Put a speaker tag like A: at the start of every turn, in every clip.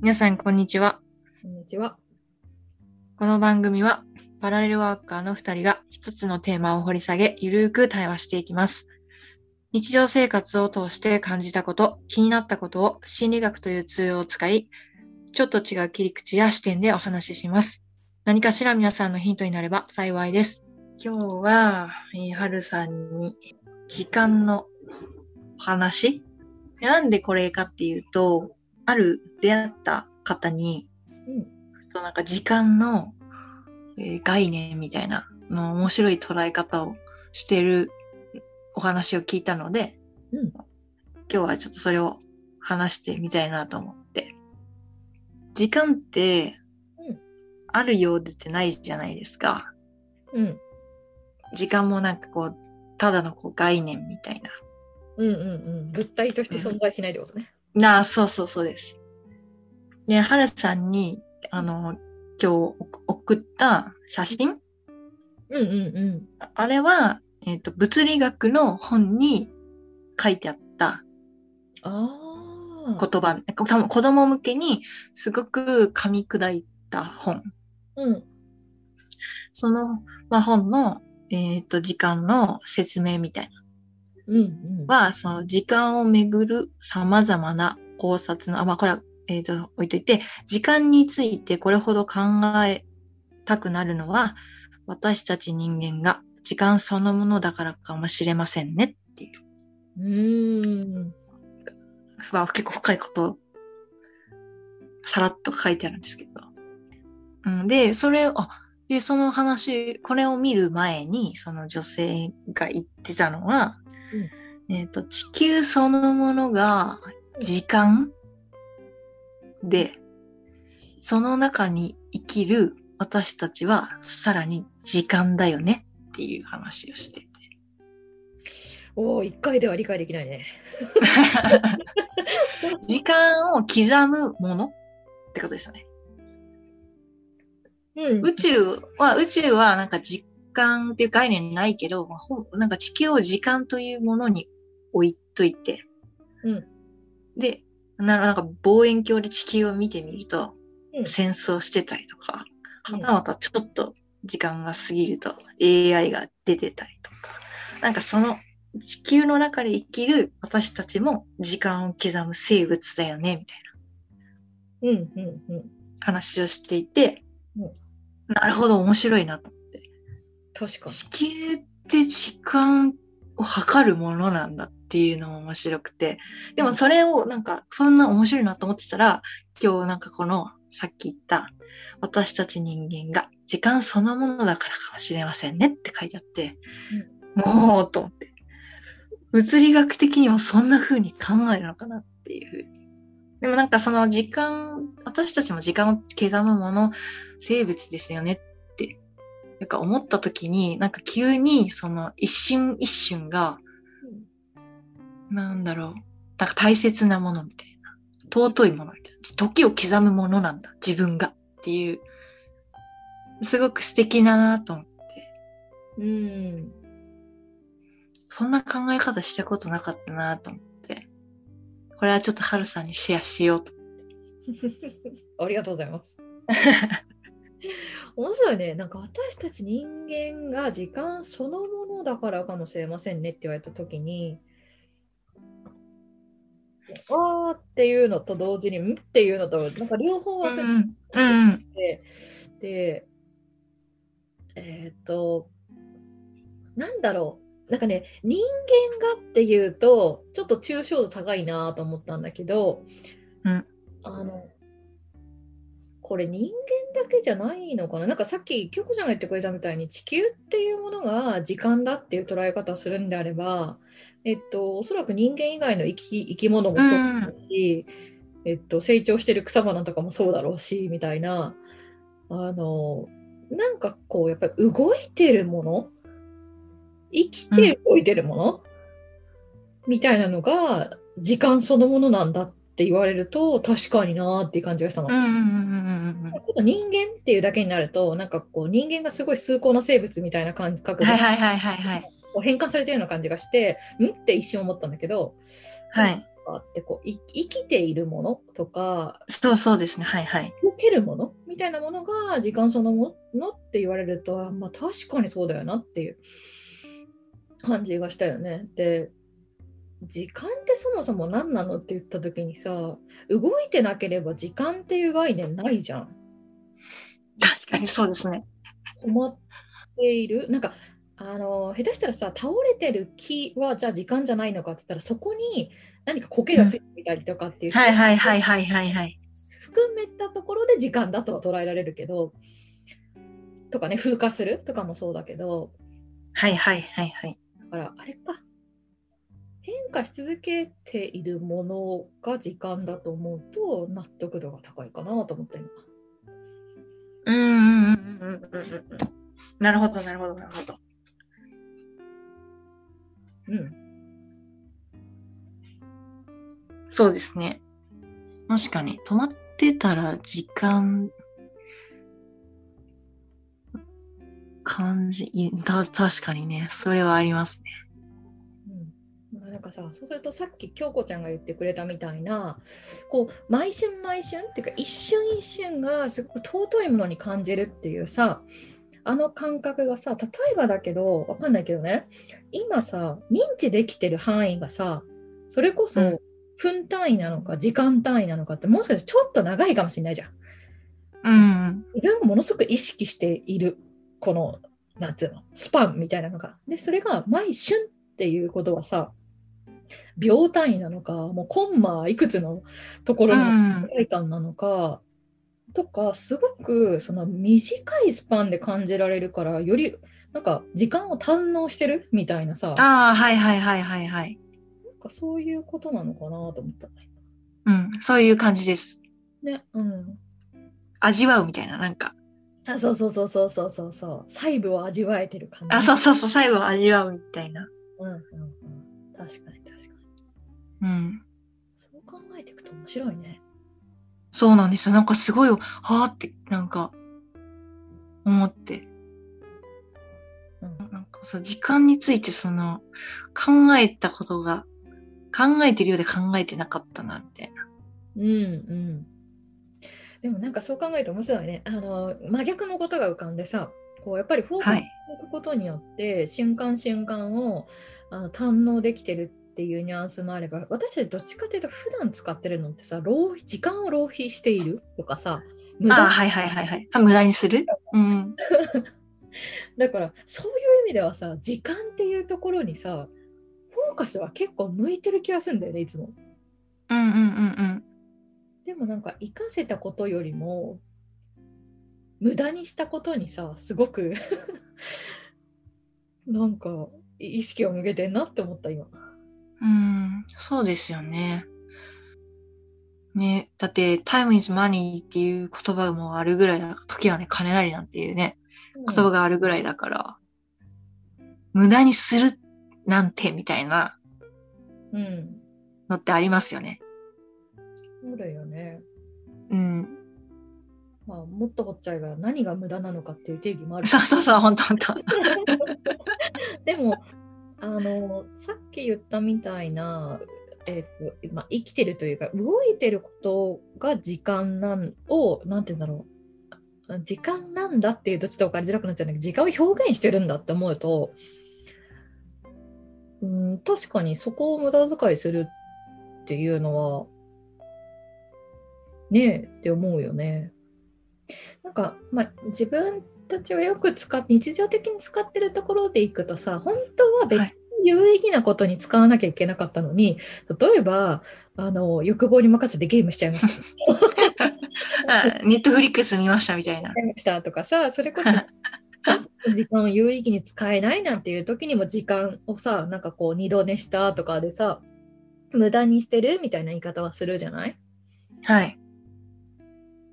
A: 皆さん、こんにちは。
B: こんにちは。
A: この番組は、パラレルワーカーの2人が一つのテーマを掘り下げ、ゆるーく対話していきます。日常生活を通して感じたこと、気になったことを心理学というツールを使い、ちょっと違う切り口や視点でお話しします。何かしら皆さんのヒントになれば幸いです。今日は、えー、はるさんに、時間の話なんでこれかっていうと、ある出会った方に、
B: うん。
A: となんか時間の、えー概念みたいなの面白い捉え方をしてるお話を聞いたので
B: うん。
A: 今日はちょっとそれを話してみたいなと思って時間って
B: うん
A: あるようでってないじゃないですか
B: うん。
A: 時間もなんかこうただのこう概念みたいな
B: うんうんうん。物体として存在しないってことね。
A: なあ、そうそうそうです。で、はるさんに、あの、今日送送った写真、
B: うんうんうん。
A: あれは、えっ、と、物理学の本に書いてあった
B: ああ。
A: 言葉、こ多分子供向けにすごく噛み砕いた本。
B: うん。
A: その、まあ、本の、えっ、と、時間の説明みたい
B: うんうん。
A: なのは、その時間をめぐる様々な考察の、あ、まあ、これは、えっ、と、置いといて、時間についてこれほど考えたくなるのは、私たち人間が時間そのものだからかもしれませんねっていう、
B: うーん。
A: ふわ結構深いことを、さらっと書いてあるんですけど。うん、で、それを、あ、で、その話、これを見る前に、その女性が言ってたのは、えっ、と、地球そのものが時間で、その中に生きる私たちはさらに時間だよねっていう話をしてて。
B: おお、一回では理解できないね。
A: 時間を刻むものってことですよね。
B: うん
A: 宇宙は、宇宙はなんか時間っていう概念ないけど、まあほんなんか地球を時間というものに置いといて、
B: うん
A: で、ななんか望遠鏡で地球を見てみると、
B: うん
A: 戦争してたりとか、
B: うん
A: はたまたちょっと時間が過ぎると AI が出てたりとか、なんかその地球の中で生きる私たちも時間を刻む生物だよね、みたいな。
B: うんうんうん。
A: 話をしていて、
B: うん
A: なるほど面白いなと
B: 確かに。
A: 地球って時間を測るものなんだっていうのも面白くてでもそれをなんかそんな面白いなと思ってたら今日なんかこのさっき言った私たち人間が時間そのものだからかもしれませんねって書いてあって、もうと思って物理学的にもそんな風に考えるのかなっていう風にでもなんかその時間私たちも時間を刻むもの生物ですよねってなんか思った時になんか急にその一瞬一瞬がなんだろうなんか大切なものみたいな尊いものみたいな時を刻むものなんだ自分がっていうすごく素敵だなと思って
B: うん。
A: そんな考え方したことなかったなと思ってこれはちょっとハルさんにシェアしよう と
B: ありがとうございます。面白いね。なんか私たち人間が時間そのものだからかもしれませんねって言われた時に、あーっていうのと同時に、んっていうのと、なんか両方
A: う
B: 分か
A: んうん
B: って、で、えっ、と、なんだろう。なんかね、人間がっていうと、ちょっと抽象度高いなと思ったんだけど、
A: うん
B: あの、これ人間だけじゃないのかななんかさっき京子ちゃんが言ってくれたみたいに地球っていうものが時間だっていう捉え方をするんであれば、えっと、おそらく人間以外の生き生き物もそうだし、えっと、成長してる草花とかもそうだろうしみたいなあのなんかこうやっぱり動いてるもの生きて動いてるもの、みたいなのが時間そのものなんだって言われると確かになーっていう感じがしたの。
A: うんうんうんうんうん
B: ちょっと人間っていうだけになるとなんかこう人間がすごい崇高な生物みたいな感覚
A: うん
B: で
A: はいはいはいはいはい
B: こう変換されてるような感じがしてんって一瞬思ったんだけど
A: はい
B: かってこうい生きているものとか
A: そうそうですね。はいはい。
B: 受けるものみたいなものが時間そのものって言われると、あまあ、確かにそうだよなっていう感じがしたよね。で時間ってそもそも何なのって言った時にさ動いてなければ時間っていう概念ないじゃん。
A: 確かにそうですね。
B: 困っているなんかあの下手したらさ倒れてる木はじゃあ時間じゃないのかって言ったらそこに何か苔がついていたりとかっていう、
A: はいはいはいはいはいはい。
B: 含めたところで時間だとは捉えられるけどとかね風化するとかもそうだけど
A: はいはいはいはい。
B: だからあれか変化し続けているものが時間だと思うと納得度が高いかなと思って今
A: うんうんうんうんうんうんうん。なるほどなるほどなるほど。
B: うん
A: そうですね。確かに。止まってたら時間、感じ、いた確かにね。それはありますね。
B: うんまあなんかさそうするとさっき京子ちゃんが言ってくれたみたいなこう毎瞬毎瞬っていうか一瞬一瞬がすごく尊いものに感じるっていうさあの感覚がさ例えばだけどわかんないけどね今さ認知できてる範囲がさそれこ
A: うん
B: そ分単位なのか時間単位なのかってもしかしてちょっと長いかもしれないじゃん。
A: うん。
B: 自分がものすごく意識しているこのなんつうのスパンみたいなのがでそれが毎瞬っていうことはさ秒単位なのかもうコンマいくつのところ
A: う
B: の
A: ん。
B: 世界観なのか、とかすごくその短いスパンで感じられるからよりなんか時間を堪能してるみたいなさなん
A: ああ、はいはいはいはいはい。
B: かそういうことなのかなと思ったね。
A: うん。そういう感じです。
B: ねうん、
A: 味わうみたいな、なんか。
B: あそうそうそうそうそうそうそう細部を味わえてる感じ。
A: あ、そうそうそう、最後味わうみたいな。
B: うんうんうん、確かに確かに。
A: うん。
B: そう考えていくと面白いね。
A: そうなんですよ。なんかすごい、はあって、なんか、思って。
B: うん
A: なんかそう、時間についてその、考えたことが、考えてるようで考えてなかったな、みたいな。
B: うんうん。でもなんかそう考えると面白いね。あの真逆のことが浮かんでさ、こうやっぱりフォーカ
A: は
B: スして
A: い。
B: いくことによって、瞬間瞬間をあの堪能できてるっていうニュアンスもあれば、私たちどっちかというと普段使ってるのってさ、浪費時間を浪費しているとかさ、無
A: ああ、
B: 駄
A: はいはいはいはい。あ無駄にするうん。
B: だからそういう意味ではさ、時間っていうところにさ、フォーカスは結構向いてる気がするんだよね、いつも。
A: うんうんうん
B: でもなんか活かせたことよりも無駄にしたことにさすごく なんか意識を向けてんなって思った今。
A: うん。うん。そうですよね。ね、だって time is money っていう言葉もあるぐらいだ時はね、金なりなんていうね。言葉
B: が
A: があるぐらいだから、無駄にするなんてみたいな
B: うん。
A: のってありますよね。
B: そうだよね。
A: うん。
B: まあもっと掘っちゃえば何が無駄なのかっていう定義もある。
A: そうそうそう、ほんとほんと。
B: でもあのさっき言ったみたいな、えーとまあ、生きてるというか動いてることが時間なんをなんて言うんだろうあ時間なんだっていうとちょっと分かりづらくなっちゃうんだけど時間を表現してるんだって思うとうん確かにそこを無駄遣いするっていうのはねえって思うよね。なんか、まあ、自分たちがよく使っ日常的に使ってるところでいくとさ本当は別に有意義なことに使わなきゃいけなかったのに、例えばあの欲望に任せてゲームしちゃい ました
A: ネットフリックス見ましたみたいな
B: し。ちゃいましたとかさそれこそ時間を有意義に使えないなんていう時にも時間をさなんかこう二度寝したとかでさ無駄にしてるみたいな言い方はするじゃない
A: はい。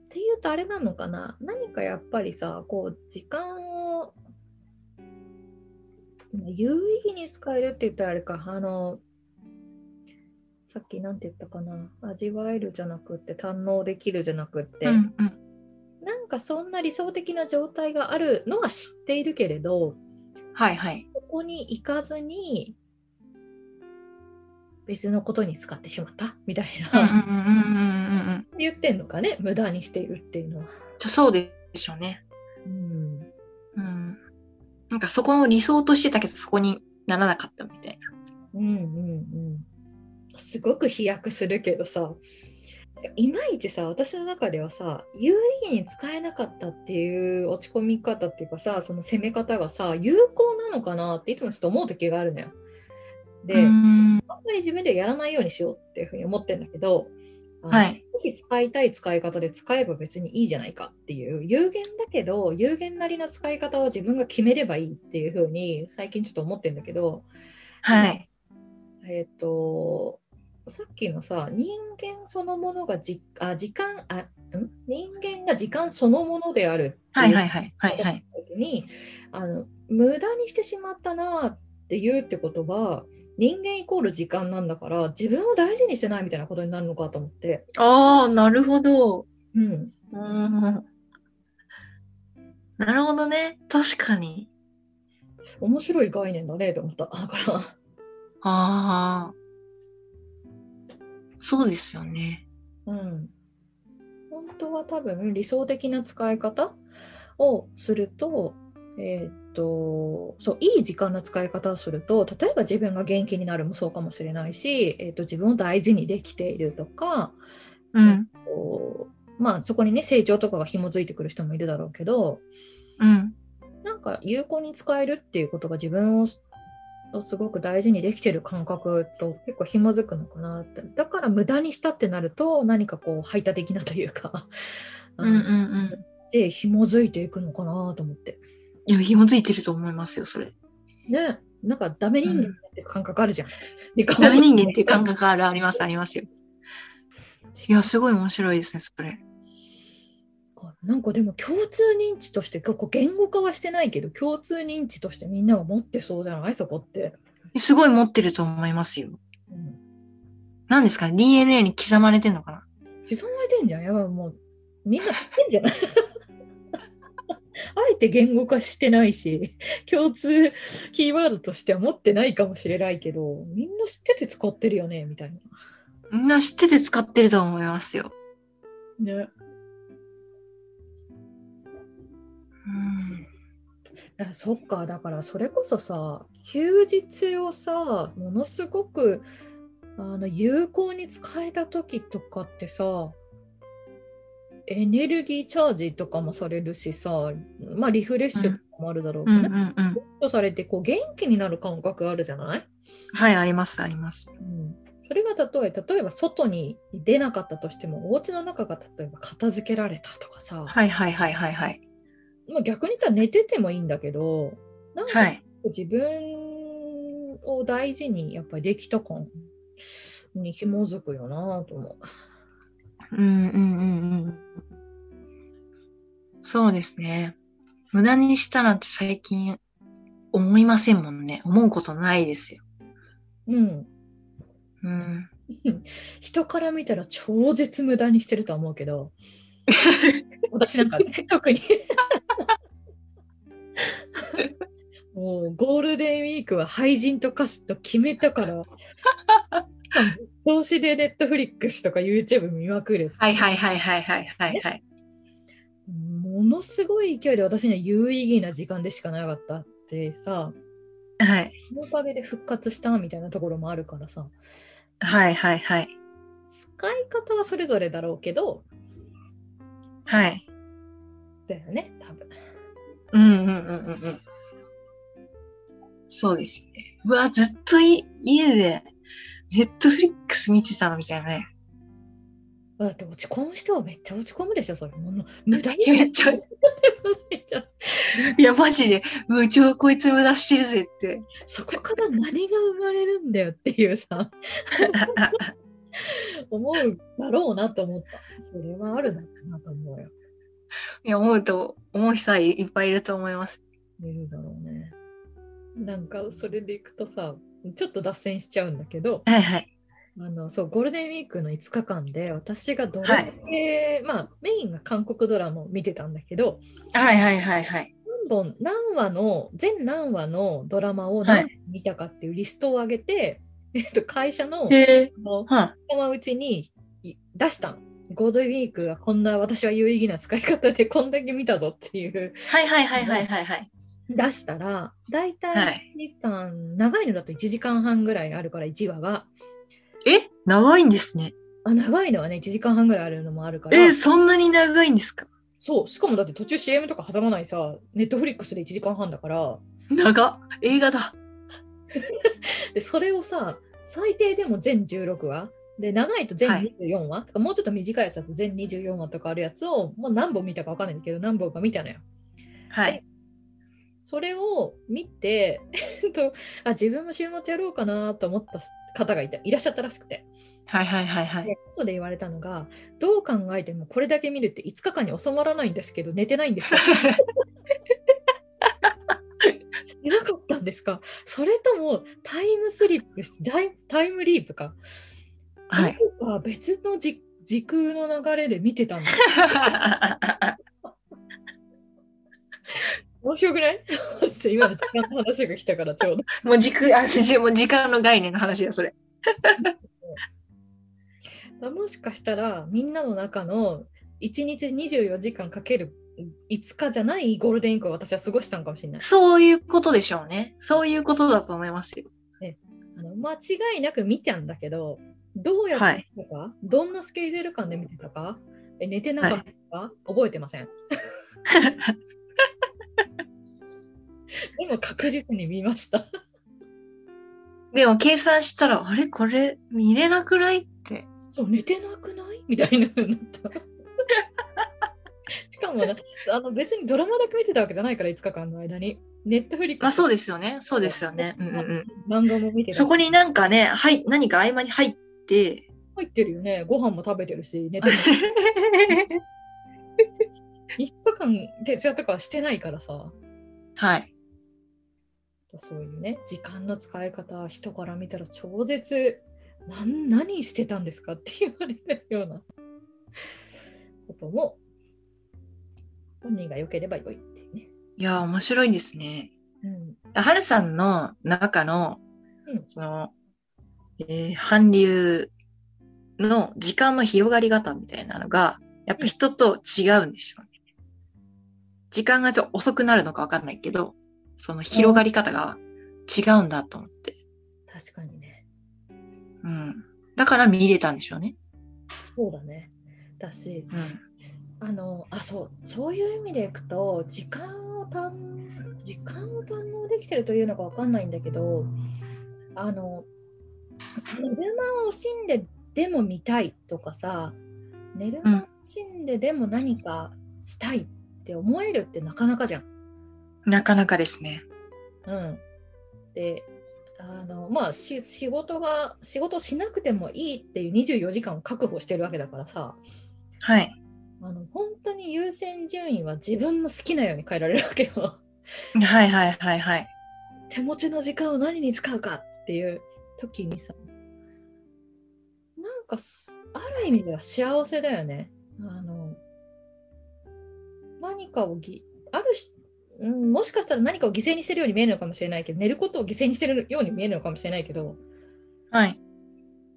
B: っていうとあれなのかな何かやっぱりさこう時間を有意義に使えるって言ったらあれかあのさっき何て言ったかな味わえるじゃなくって堪能できるじゃなくって、
A: うんうん。
B: なんかそんな理想的な状態があるのは知っているけれど
A: はいはい。
B: そこに行かずに別のことに使ってしまったみたい
A: うんうんう
B: な、
A: んうんうんうん。
B: 言ってんのかね無駄にしているっていうのは。
A: ちょそうでしょうね。
B: うん
A: うん。なんかそこの理想としてたけど、そこにならなかったみたいな。
B: うんうんうんすごく飛躍するけどさいまいちさ私の中ではさ有意義に使えなかったっていう落ち込み方っていうかさその攻め方がさ有効なのかなっていつもちょっと思う時があるのよ。で、
A: う
B: あん
A: ん
B: まり自分ではやらないようにしようっていうふうに思ってんだけど、あの
A: はい。
B: 使いたい使い方で使えば別にいいじゃないかっていう有限だけど有限なりの使い方を自分が決めればいいっていうふうに最近ちょっと思ってんだけど、
A: はい。
B: えっ、と、さっきのさ、人間そのものがじあ時間あ、ん人間が時間そのものであるって
A: はいいうはいはい。はいはい。
B: 時に、あの無駄にしてしまったなっていうってことは、人間イコール時間なんだから、自分を大事にしてないみたいなことになるのかと思って。
A: ああ、なるほど。
B: うん。
A: うん。なるほどね。確かに。
B: 面白い概念だねと思った。だから、
A: ああ。そうですよね。
B: うん。本当は多分理想的な使い方をすると、えーっとそういい時間の使い方をすると例えば自分が元気になるもそうかもしれないし、えーっと自分を大事にできているとか
A: うん。
B: こうまあ、そこにね成長とかが紐づいてくる人もいるだろうけど
A: うん。
B: なんか有効に使えるっていうことが自分ををすごく大事にできてる感覚と結構紐づくのかなってだから無駄にしたってなると何かこう排他的なというか、
A: うんうんうん。
B: で紐づいていくのかなと思って
A: いや、紐づいてると思いますよ、それ。
B: ねなんかダメ人間になってる感覚あるじゃん、時間を
A: ダメ人間っていう感覚ある、あります、あり ますよ。いや、すごい面白いですね、それ。
B: なんかでも共通認知としてここ言語化はしてないけど共通認知としてみんなが持ってそうじゃないそこって、
A: すごい持ってると思いますよ。
B: うん、
A: 何ですか ?DNA に刻まれてんのかな
B: 刻まれてんじゃんやばいもうみんな知ってんじゃない あえて言語化してないし共通キーワードとしては持ってないかもしれないけどみんな知ってて使ってるよねみたいな
A: みんな知ってて使ってると思いますよ。
B: ね
A: うん。
B: あそっかだからそれこそさ休日をさものすごくあの有効に使えた時とかってさエネルギーチャージとかもされるしさまあリフレッシュとかもあるだろうけ
A: う
B: ど
A: んう
B: ね、
A: んうん。
B: とされてこう元気になる感覚あるじゃない、
A: はい、あります、あります。
B: うん、それが例え例えば外に出なかったとしてもお家の中が例えば片付けられたとかさ、
A: はいはいはいはいはい。
B: まあ、逆に言ったら寝ててもいいんだけどなんか
A: はい。
B: 自分を大事にやっぱりできた感に紐づくよなと思
A: うんうんうんうん。そうですね。無駄にしたなんて最近思いませんもんね。思うことないですよ。
B: う。うん。
A: うん。
B: 人から見たら超絶無駄にしてるとは思うけど、私なん かね、特に。もうゴールデンウィークは廃人と化すと決めたから、投資でネットフリックスとか YouTube 見まくる
A: はいはいはいはいはいはいはい。
B: ものすごい勢いで私には有意義な時間でしかなかったってさ
A: はい。
B: そのおかげで復活したみたいなところもあるからさ
A: はいはいはい。
B: 使い方はそれぞれだろうけど
A: はい。
B: だよね多分
A: うんうんうんうんうん。そうですね。うわ、ずっとい家で、ネットフリックス見てたのみたいなね。
B: だって落ち込む人はめっちゃ落ち込むでしょそれもう無駄に
A: いやめっちゃ
B: めっちゃ
A: いや、マジで、うちはこいつ無駄してるぜって。
B: そこから何が生まれるんだよっていうさ 思うだろうなと思ったそれはあるのかなと思うよ
A: いや、思うと、思う人はいっぱいいると思います。
B: いるだろうねなんかそれでいくとさちょっと脱線しちゃうんだけど
A: はいはい。
B: あのそうゴールデンウィークの5日間で私がどれ
A: は
B: だ
A: い
B: け、まあ、メインが韓国ドラマを見てたんだけど
A: はいはいはいはい。
B: 何本何話の全何話のドラマを何本見たかっていうリストを上げて、 えっと、会社の
A: へえ。
B: もう
A: はい。
B: 仲間うちにい出したの。ゴールデンウィークはこんな私は有意義な使い方で こんだけ見たぞっていう
A: はいはいはいはいはいはい。
B: 出したら大
A: は
B: 体
A: い
B: 1時間、長いのだと1時間半ぐらいあるから1話が
A: え長いんですね。
B: あ長いのはね1時間半ぐらいあるのもあるから、
A: えそんなに長いんですか
B: そうしかもだって途中 CM とか挟まないさネットフリックスで1時間半だから
A: 長っ映画だ。
B: でそれをさ最低でも全16話で長いと全
A: はい
B: 24話、とかもうちょっと短いやつだと全24話とかあるやつをもう何本見たか分かんないんだけど何本か見たのよ。
A: はい。
B: それを見て、えっと、あ自分も週末やろうかなと思った方がいたいらっしゃったらしくて。
A: はいはいはいはい。
B: で後で言われたのがどう考えてもこれだけ見るって5日間に収まらないんですけど寝てない んですか寝なかったんですかそれともタイムスリップタイタイムリープか、
A: はい。
B: どこか別のじ時空の流れで見て たんだ面白くない って今の時間の話が来たからちょうど
A: もう時空、あ、じもう時間の概念の話だ、それ。
B: まあもしかしたらみんなの中の1日24時間かける5日じゃないゴールデンウィークを私は過ごしたのかもしれない。
A: そういうことでしょうね。そういうことだと思いますよ。
B: あの間違いなく見たんだけど、どうやっ
A: は
B: て
A: い
B: 見たか、どんなスケジュール感で見てたか、え寝てなかったか、覚えてません。 でも確実に見ました。
A: でも計算したら、あれこれ見れなくないって。
B: そう、寝てなくないみたいな風になった。 しかもなあの別にドラマだけ見てたわけじゃないから、5日間の間に。ネットフリック
A: まあ
B: ス
A: そうですよね。そうですよね。うんうんうん。
B: 漫画も見てたし
A: そこになんかね、はい、何か合間に入って、
B: 入ってるよね。ご飯も食べてるし、寝てる。3日間徹夜とかはしてないからさ。
A: はい。
B: そういうね、時間の使い方、人から見たら超絶、なん何してたんですかって言われるようなことも、本人が良ければ良いっていうね。
A: いや、面白いですね。
B: うん、
A: はるさんの中の、
B: うん
A: その、えー韓流の時間の広がり方みたいなのが、やっぱ人と違うんでしょうね。時間がちょっと遅くなるのかわかんないけど、その広がり方が違うんだと思って。
B: 確かにね。
A: うん。だから見れたんでしょうね。
B: そうだね。だし、
A: うん。
B: あの、あ、そう、そういう意味でいくと、時間を堪能、時間を堪能できてるというのかわかんないんだけど、あの、寝る間を惜しんででも見たいとかさ、寝る間を惜しんででも何かしたいって思えるってなかなかじゃん。
A: なかなかですね。
B: うん。で、あの、まあ、し仕事が、仕事しなくてもいいっていう24時間を確保してるわけだからさ、
A: はい。
B: あの本当に優先順位は自分の好きなように変えられるわけよ。
A: はいはいはいはい。
B: 手持ちの時間を何に使うかっていう時にさなんかすある意味では幸せだよね。あの何かをぎあるし、うん、もしかしたら何かを犠牲にしてるように見えるのかもしれないけど寝ることを犠牲にしてるように見えるのかもしれないけど
A: はい。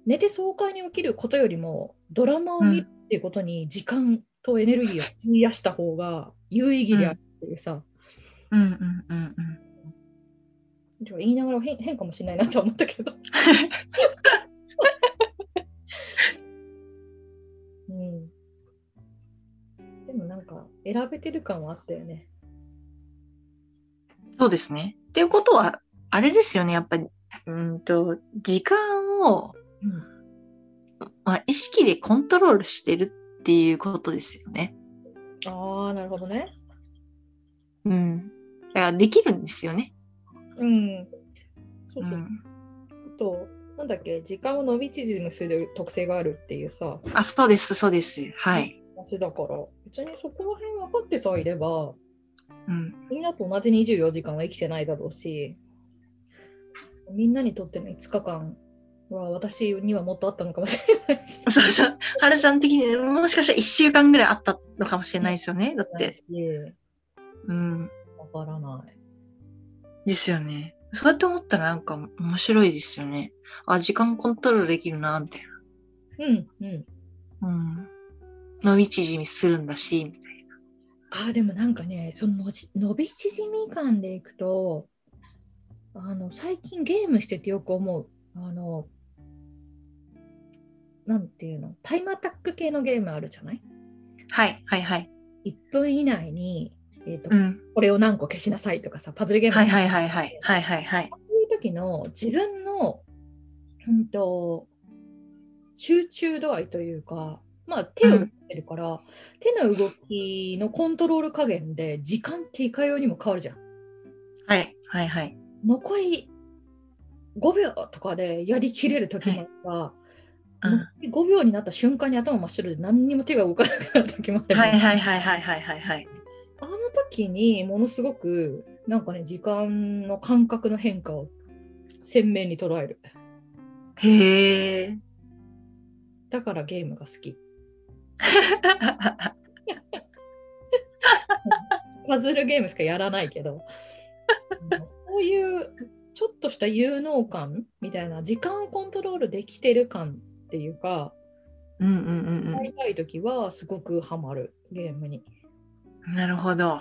B: 寝て爽快に起きることよりもドラマを見るっていうことに時間とエネルギーを費やした方が有意義であるっていうさ、
A: うんうんうんうん。
B: じゃあ言いながら変変かもしれないなと思ったけど。うん、でもなんか選べてる感はあったよね。
A: そうですね。っていうことは、あれですよね、やっぱり、うーんと、時間を、
B: うん、
A: まあ、意識でコントロールしてるっていうことですよね。
B: ああなるほどね。
A: うん。だからできるんですよね。
B: うん。そう
A: う
B: そう。
A: ん。
B: あとなんだっけ時間を伸び縮みする特性があるっていうさ
A: あ、そうです、そうです。はい。
B: 話だから別にそこら辺分かってさえいれば
A: うん。
B: みんなと同じ24時間は生きてないだろうし、みんなにとっての5日間は私にはもっとあったのかもしれないし。
A: そうそう。はるさん的に、もしかしたら1週間ぐらいあったのかもしれないですよね。だっ
B: ない
A: て。
B: し
A: うん。
B: わからない。
A: ですよね。そうやって思ったらなんか面白いですよね。あ、時間コントロールできるな、みたい
B: うんうん。
A: な。うん。伸び縮みするんだし、みたいな。
B: あーでもなんかねそののじ伸び縮み感でいくとあの最近ゲームしててよく思うあのなんていうのタイムアタック系のゲームあるじゃない
A: はい、はい、はい。
B: 1分以内に、えーと
A: うん。
B: これを何個消しなさいとかさパズルゲーム
A: はい、はい、はい、はい。はい、はい、はい。
B: こういう時の自分の、うん、と集中度合いというか、まあ、手を
A: う
B: 打っ
A: ん
B: てるから、手の動きのコントロール加減で時間っていかようにも変わるじゃん。
A: はい、はい、はい。
B: 残り5秒とかでやりきれる時もあれば、
A: うん。
B: 残り5秒になった瞬間に頭真っ白で何にも手が動かなくなる時もあれば、
A: はい、はい、はい、はい、はい、はい、はい。
B: あの時にものすごくなんかね時間の感覚の変化を鮮明に捉える
A: へえ。
B: だからゲームが好きパズルゲームしかやらないけどあのそういうちょっとした有能感みたいな時間をコントロールできてる感っていうか
A: うん、うん、うん、
B: やりたい時はすごくハマるゲームに
A: うん。なるほど。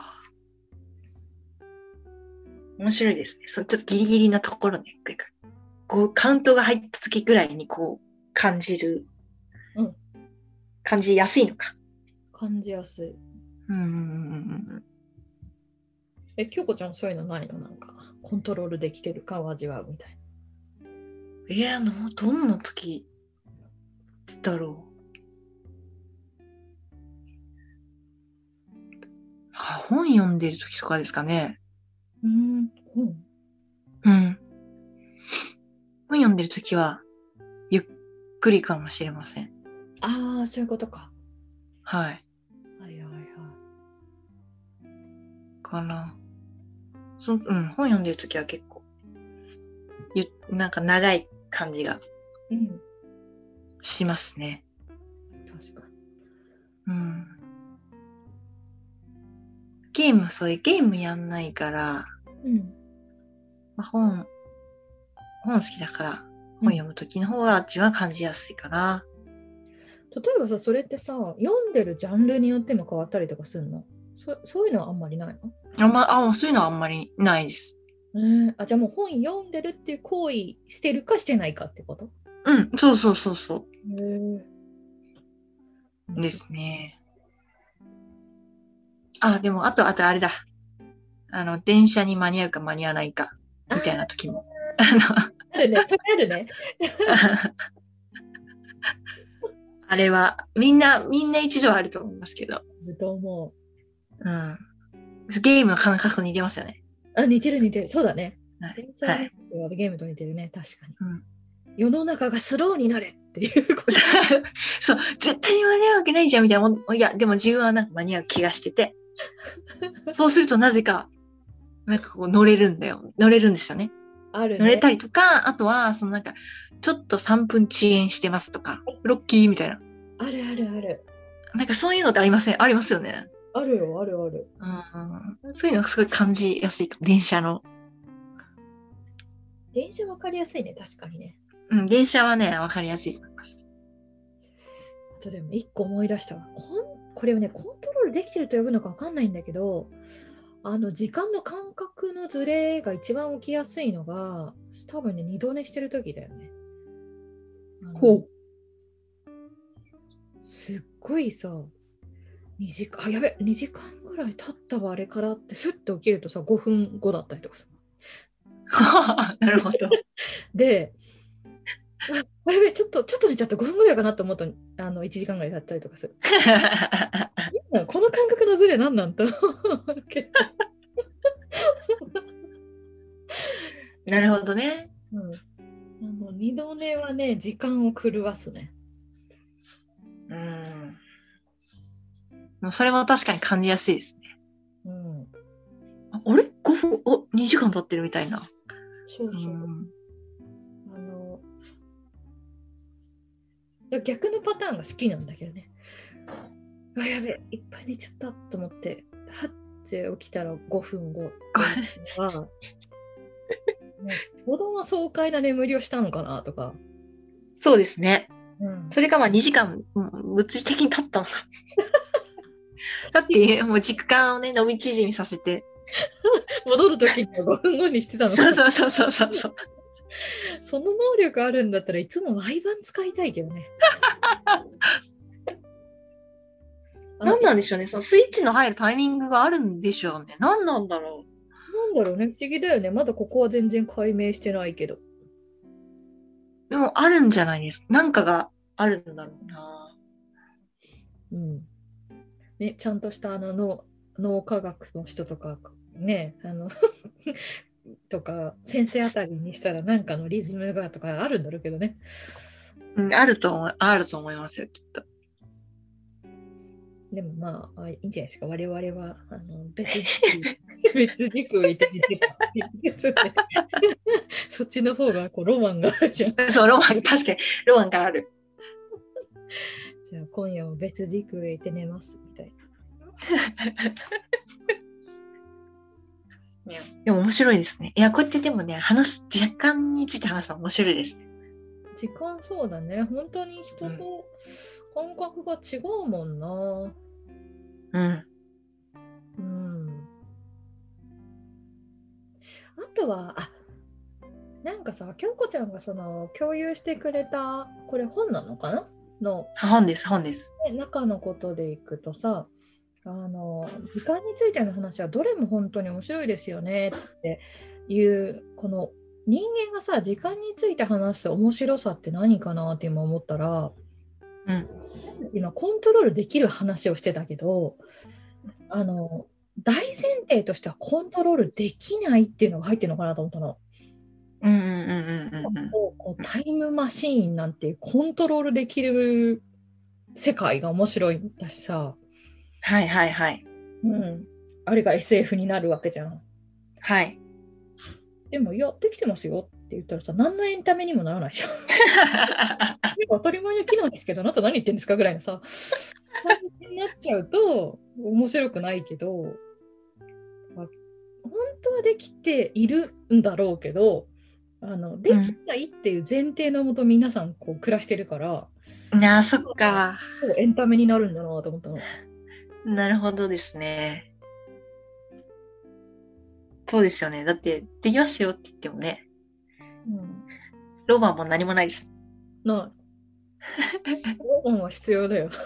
A: 面白いですね。そうちょっとギリギリなところね。てかこう、カウントが入った時ぐらいにこう、感じる。
B: うん。
A: 感じやすいのか。
B: 感じやすい
A: うん、うん、うん、うん。
B: え京子ちゃんそういうのないのなんかコントロールできてる感を味わうみたい
A: いや、のどんな時だろう。あ本読んでる時とかですかね。
B: なうん
A: う
B: うん
A: ん。本読んでる時は、ゆっくりかもしれません。
B: ああそういうことか
A: はい。
B: はいはいはい
A: かな。そうん、本読んでる時は結構、ゆなんか長い感じが
B: うん
A: しますね。
B: 確かに
A: うん。ゲーム、そういうゲームやんないから、
B: うん
A: まあ本、本好きだから、本読むときの方が味は感じやすいから、
B: 例えばさそれってさ読んでるジャンルによっても変わったりとかするのそそういうのはあんまりない
A: あんま、あ、そういうのはあんまりないです。
B: の、えー、あじゃあもう本読んでるっていう行為してるかしてないかってこと
A: うん、そうそうそうそ
B: へ
A: う。ですね。あ、でも、あと、あとあれだ。あの、電車に間に合うか間に合わないか、みたいな時 も。あ
B: あるねそれあるね
A: の、あれは、みんな、みんな一度はあると思いますけど。
B: あると思う
A: うん。ゲームの感覚と似てますよね。
B: あ似てる似てるそうだね
A: はい
B: 電車
A: はい
B: のゲームと似てるね確かに、
A: うん
B: 世の中がスローになれっていうこと
A: そう、絶対に間に合うわけないじゃんみたいなもん。いや、でも自分はなんか間に合う気がしてて。そうするとなぜか、なんかこう乗れるんだよ。乗れるんですよね。
B: あるね
A: 乗れたりとか、あとは、そのなんか、ちょっと3分遅延してますとか、ロッキーみたいな。
B: あるあるある
A: なんかそういうのってありませんありますよね。
B: あるよあるある
A: うん。そういうのすごい感じやすいかも。電車の。
B: 電車わかりやすいね確かにね
A: うん、電車はね、わかりやすいと思います。
B: あとでも一個思い出したわこんこれをねコントロールできてると呼ぶのかわかんないんだけどあの時間の感覚のズレが一番起きやすいのが多分ね二度寝してる時だよね。あの
A: ほ
B: すっごいさ2時間あやべ2時間ぐらい経ったわあれからってスッと起きるとさ5分後だったりとかさ
A: なるほど。
B: で、あやべ、ちょっと、ちょっと寝ちゃった、5分ぐらいかなと思うと、あの1時間ぐらい経ったりとかする。なんかこの感覚のズレなんなんと 思うけど、
A: なるほどね。
B: うん、あの二度寝はね、時間を狂わすね。
A: うん。まあそれも確かに感じやすいですね。
B: うん、
A: ああれ ?5 分、お2時間経ってるみたいな。
B: そうそう。
A: ん。
B: あの逆のパターンが好きなんだけどね。うわやべ、いっぱい寝ちゃったと思って、はって起きたら5分後。は子供は爽快な眠りをしたのかなとか、
A: そうですね。
B: うん
A: それかまあ2時間、うん物理的に経ったの か。だって、もう時間をね、伸び縮みさせて。
B: 戻る時には5分後にしてたの
A: そう
B: か
A: そうそうそうそうそう。
B: その能力あるんだったらいつも毎晩使いたいけど ね。あの
A: 何なんでしょうね。そのスイッチの入るタイミングがあるんでしょうね。何なんだろ
B: なんだろうね、不思議だよね。まだここは全然解明してないけど。
A: う。でもあるんじゃないですか。なんかがあるんだろうな。
B: うん。ね、ちゃんとしたあの脳脳科学の人とか、ね、あの、 とか、先生あたりにしたらなんかのリズムがとかあるんだろうけどね。
A: うん、あると思う、あると思いますよ、きっと。
B: でもまあ、あいいんじゃないですか。我々は、あの、別軸、別軸をいてみてそっちの方がこうロマンがあるじゃん。
A: そう、ロマン、確かに、ロマンがある。
B: じゃあ今夜は別軸へ行って寝ますみたいな。
A: でも面白いですね。いや、こうやってでもね、話す、時間について話すの面白いですね。
B: 時間そうだね。本当に人と感覚が違うもんな。
A: うん。
B: うん。あとは、あなんかさ、京子ちゃんがその共有してくれた、これ本なのかなの
A: 本です、本です。
B: ね中のことでいくとさあの時間についての話はどれも本当に面白いですよねっていうこの人間がさ時間について話す面白さって何かなって今思ったら、
A: うん
B: 今コントロールできる話をしてたけどあの大前提としてはコントロールできないっていうのが入ってるのかなと思ったの。
A: うんうんうんうんうん
B: こうこうタイムマシーンなんていうコントロールできる世界が面白いんだしさ。
A: はいはいはい。
B: うん、あれが SF になるわけじゃん。
A: はい。
B: でも、いや、できてますよって言ったらさ、何のエンタメにもならないじ ゃん。なんか当たり前の機能ですけど、あなた何言ってんですかぐらいのさ、感じになっちゃうと、面白くないけど、まあ本当はできているんだろうけど、あのできないっていう前提のもと皆さんこう暮らしてるから、
A: なあ、そっか。
B: そうエンタメになるんだなと思ったの。
A: なるほどですね。そうですよね。だって、できますよって言ってもね、
B: うん、
A: ロマンも何もないです。
B: なあ、ロマンは必要だよ。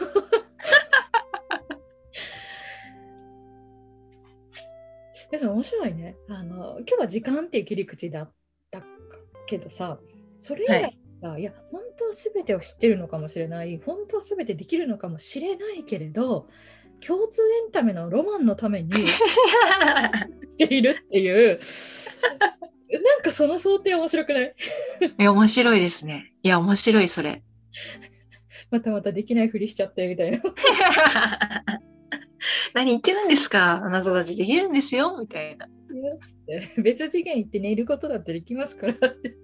B: でも面白いねあの今日は時間っていう切り口だったけどさそれ以外にさ、い、や本当は全てを知ってるのかもしれない本当は全てできるのかもしれないけれど共通エンタメのロマンのため にしているっていうなんかその想定面白くない
A: いや、面白いですね。いや、面白い、それ。
B: またまたできないふりしちゃってみたいな。
A: 何言ってるんですかあなたたちできるんですよみたいな。
B: つって 別次元行って寝ることだってできますからって。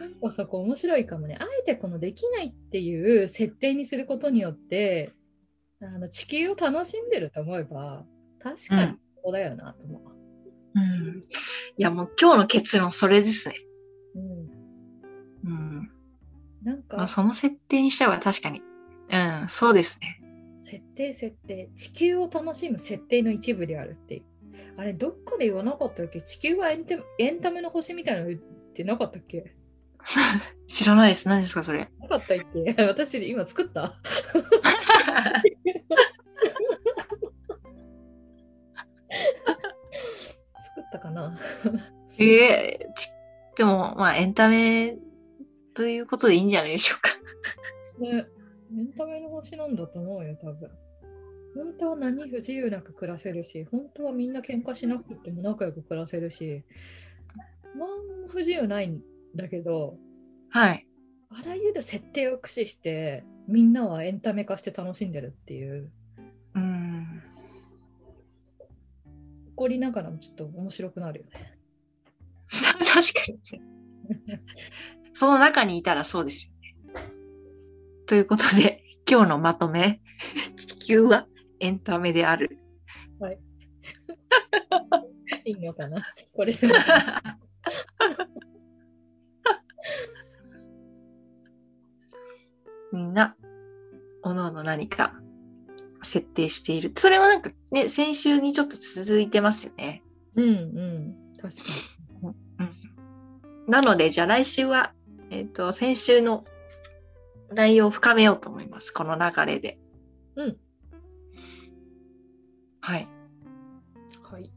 B: なんかそこ面白いかもね。あえてこのできないっていう設定にすることによって、あの地球を楽しんでると思えば、確かにここだよなと思う。
A: うん。いや、もう今日の結論、それですね。
B: うん
A: うん。
B: なんか、
A: まあ、その設定にした方が確かに。うん、そうですね。
B: 設定設定地球を楽しむ設定の一部であるっていうあれどっかで言わなかったっけ地球はエンテエンタメの星みたいなの言ってなかったっけ
A: 知らないです。何ですか、それ。
B: なかったっけ 私今作った作ったかな
A: ええちでも、まあ、エンタメということでいいんじゃないでしょうか。
B: ねエンタメの星なんだと思うよ多分本当は何不自由なく暮らせるし本当はみんな喧嘩しなくても仲良く暮らせるし何も不自由ないんだけど
A: はい。
B: あらゆる設定を駆使してみんなはエンタメ化して楽しんでるっていう
A: うん。
B: 怒りながらもちょっと面白くなるよね
A: 確かに。その中にいたらそうですよね。ということで、今日のまとめ。 地球はエンタメである。
B: いいのかな これでも
A: みんな、おのおの何か設定している。それはなんかね、先週にちょっと続いてますよね。
B: うんうん確か
A: なので、じゃあ来週は、えっ、と、先週の内容を深めようと思います。この流れで。
B: にうん
A: はい。
B: はい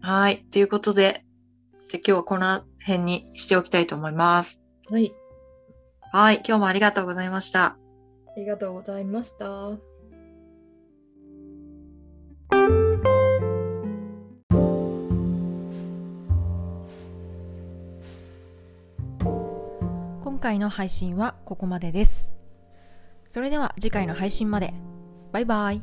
A: はい。ということで、じゃあ今日はこの辺にしておきたいと思います。
B: はい
A: はい。今日もありがとうございました。
B: ありがとうございました
C: 今回の配信はここまでです。それでは次回の配信まで。バイバイ。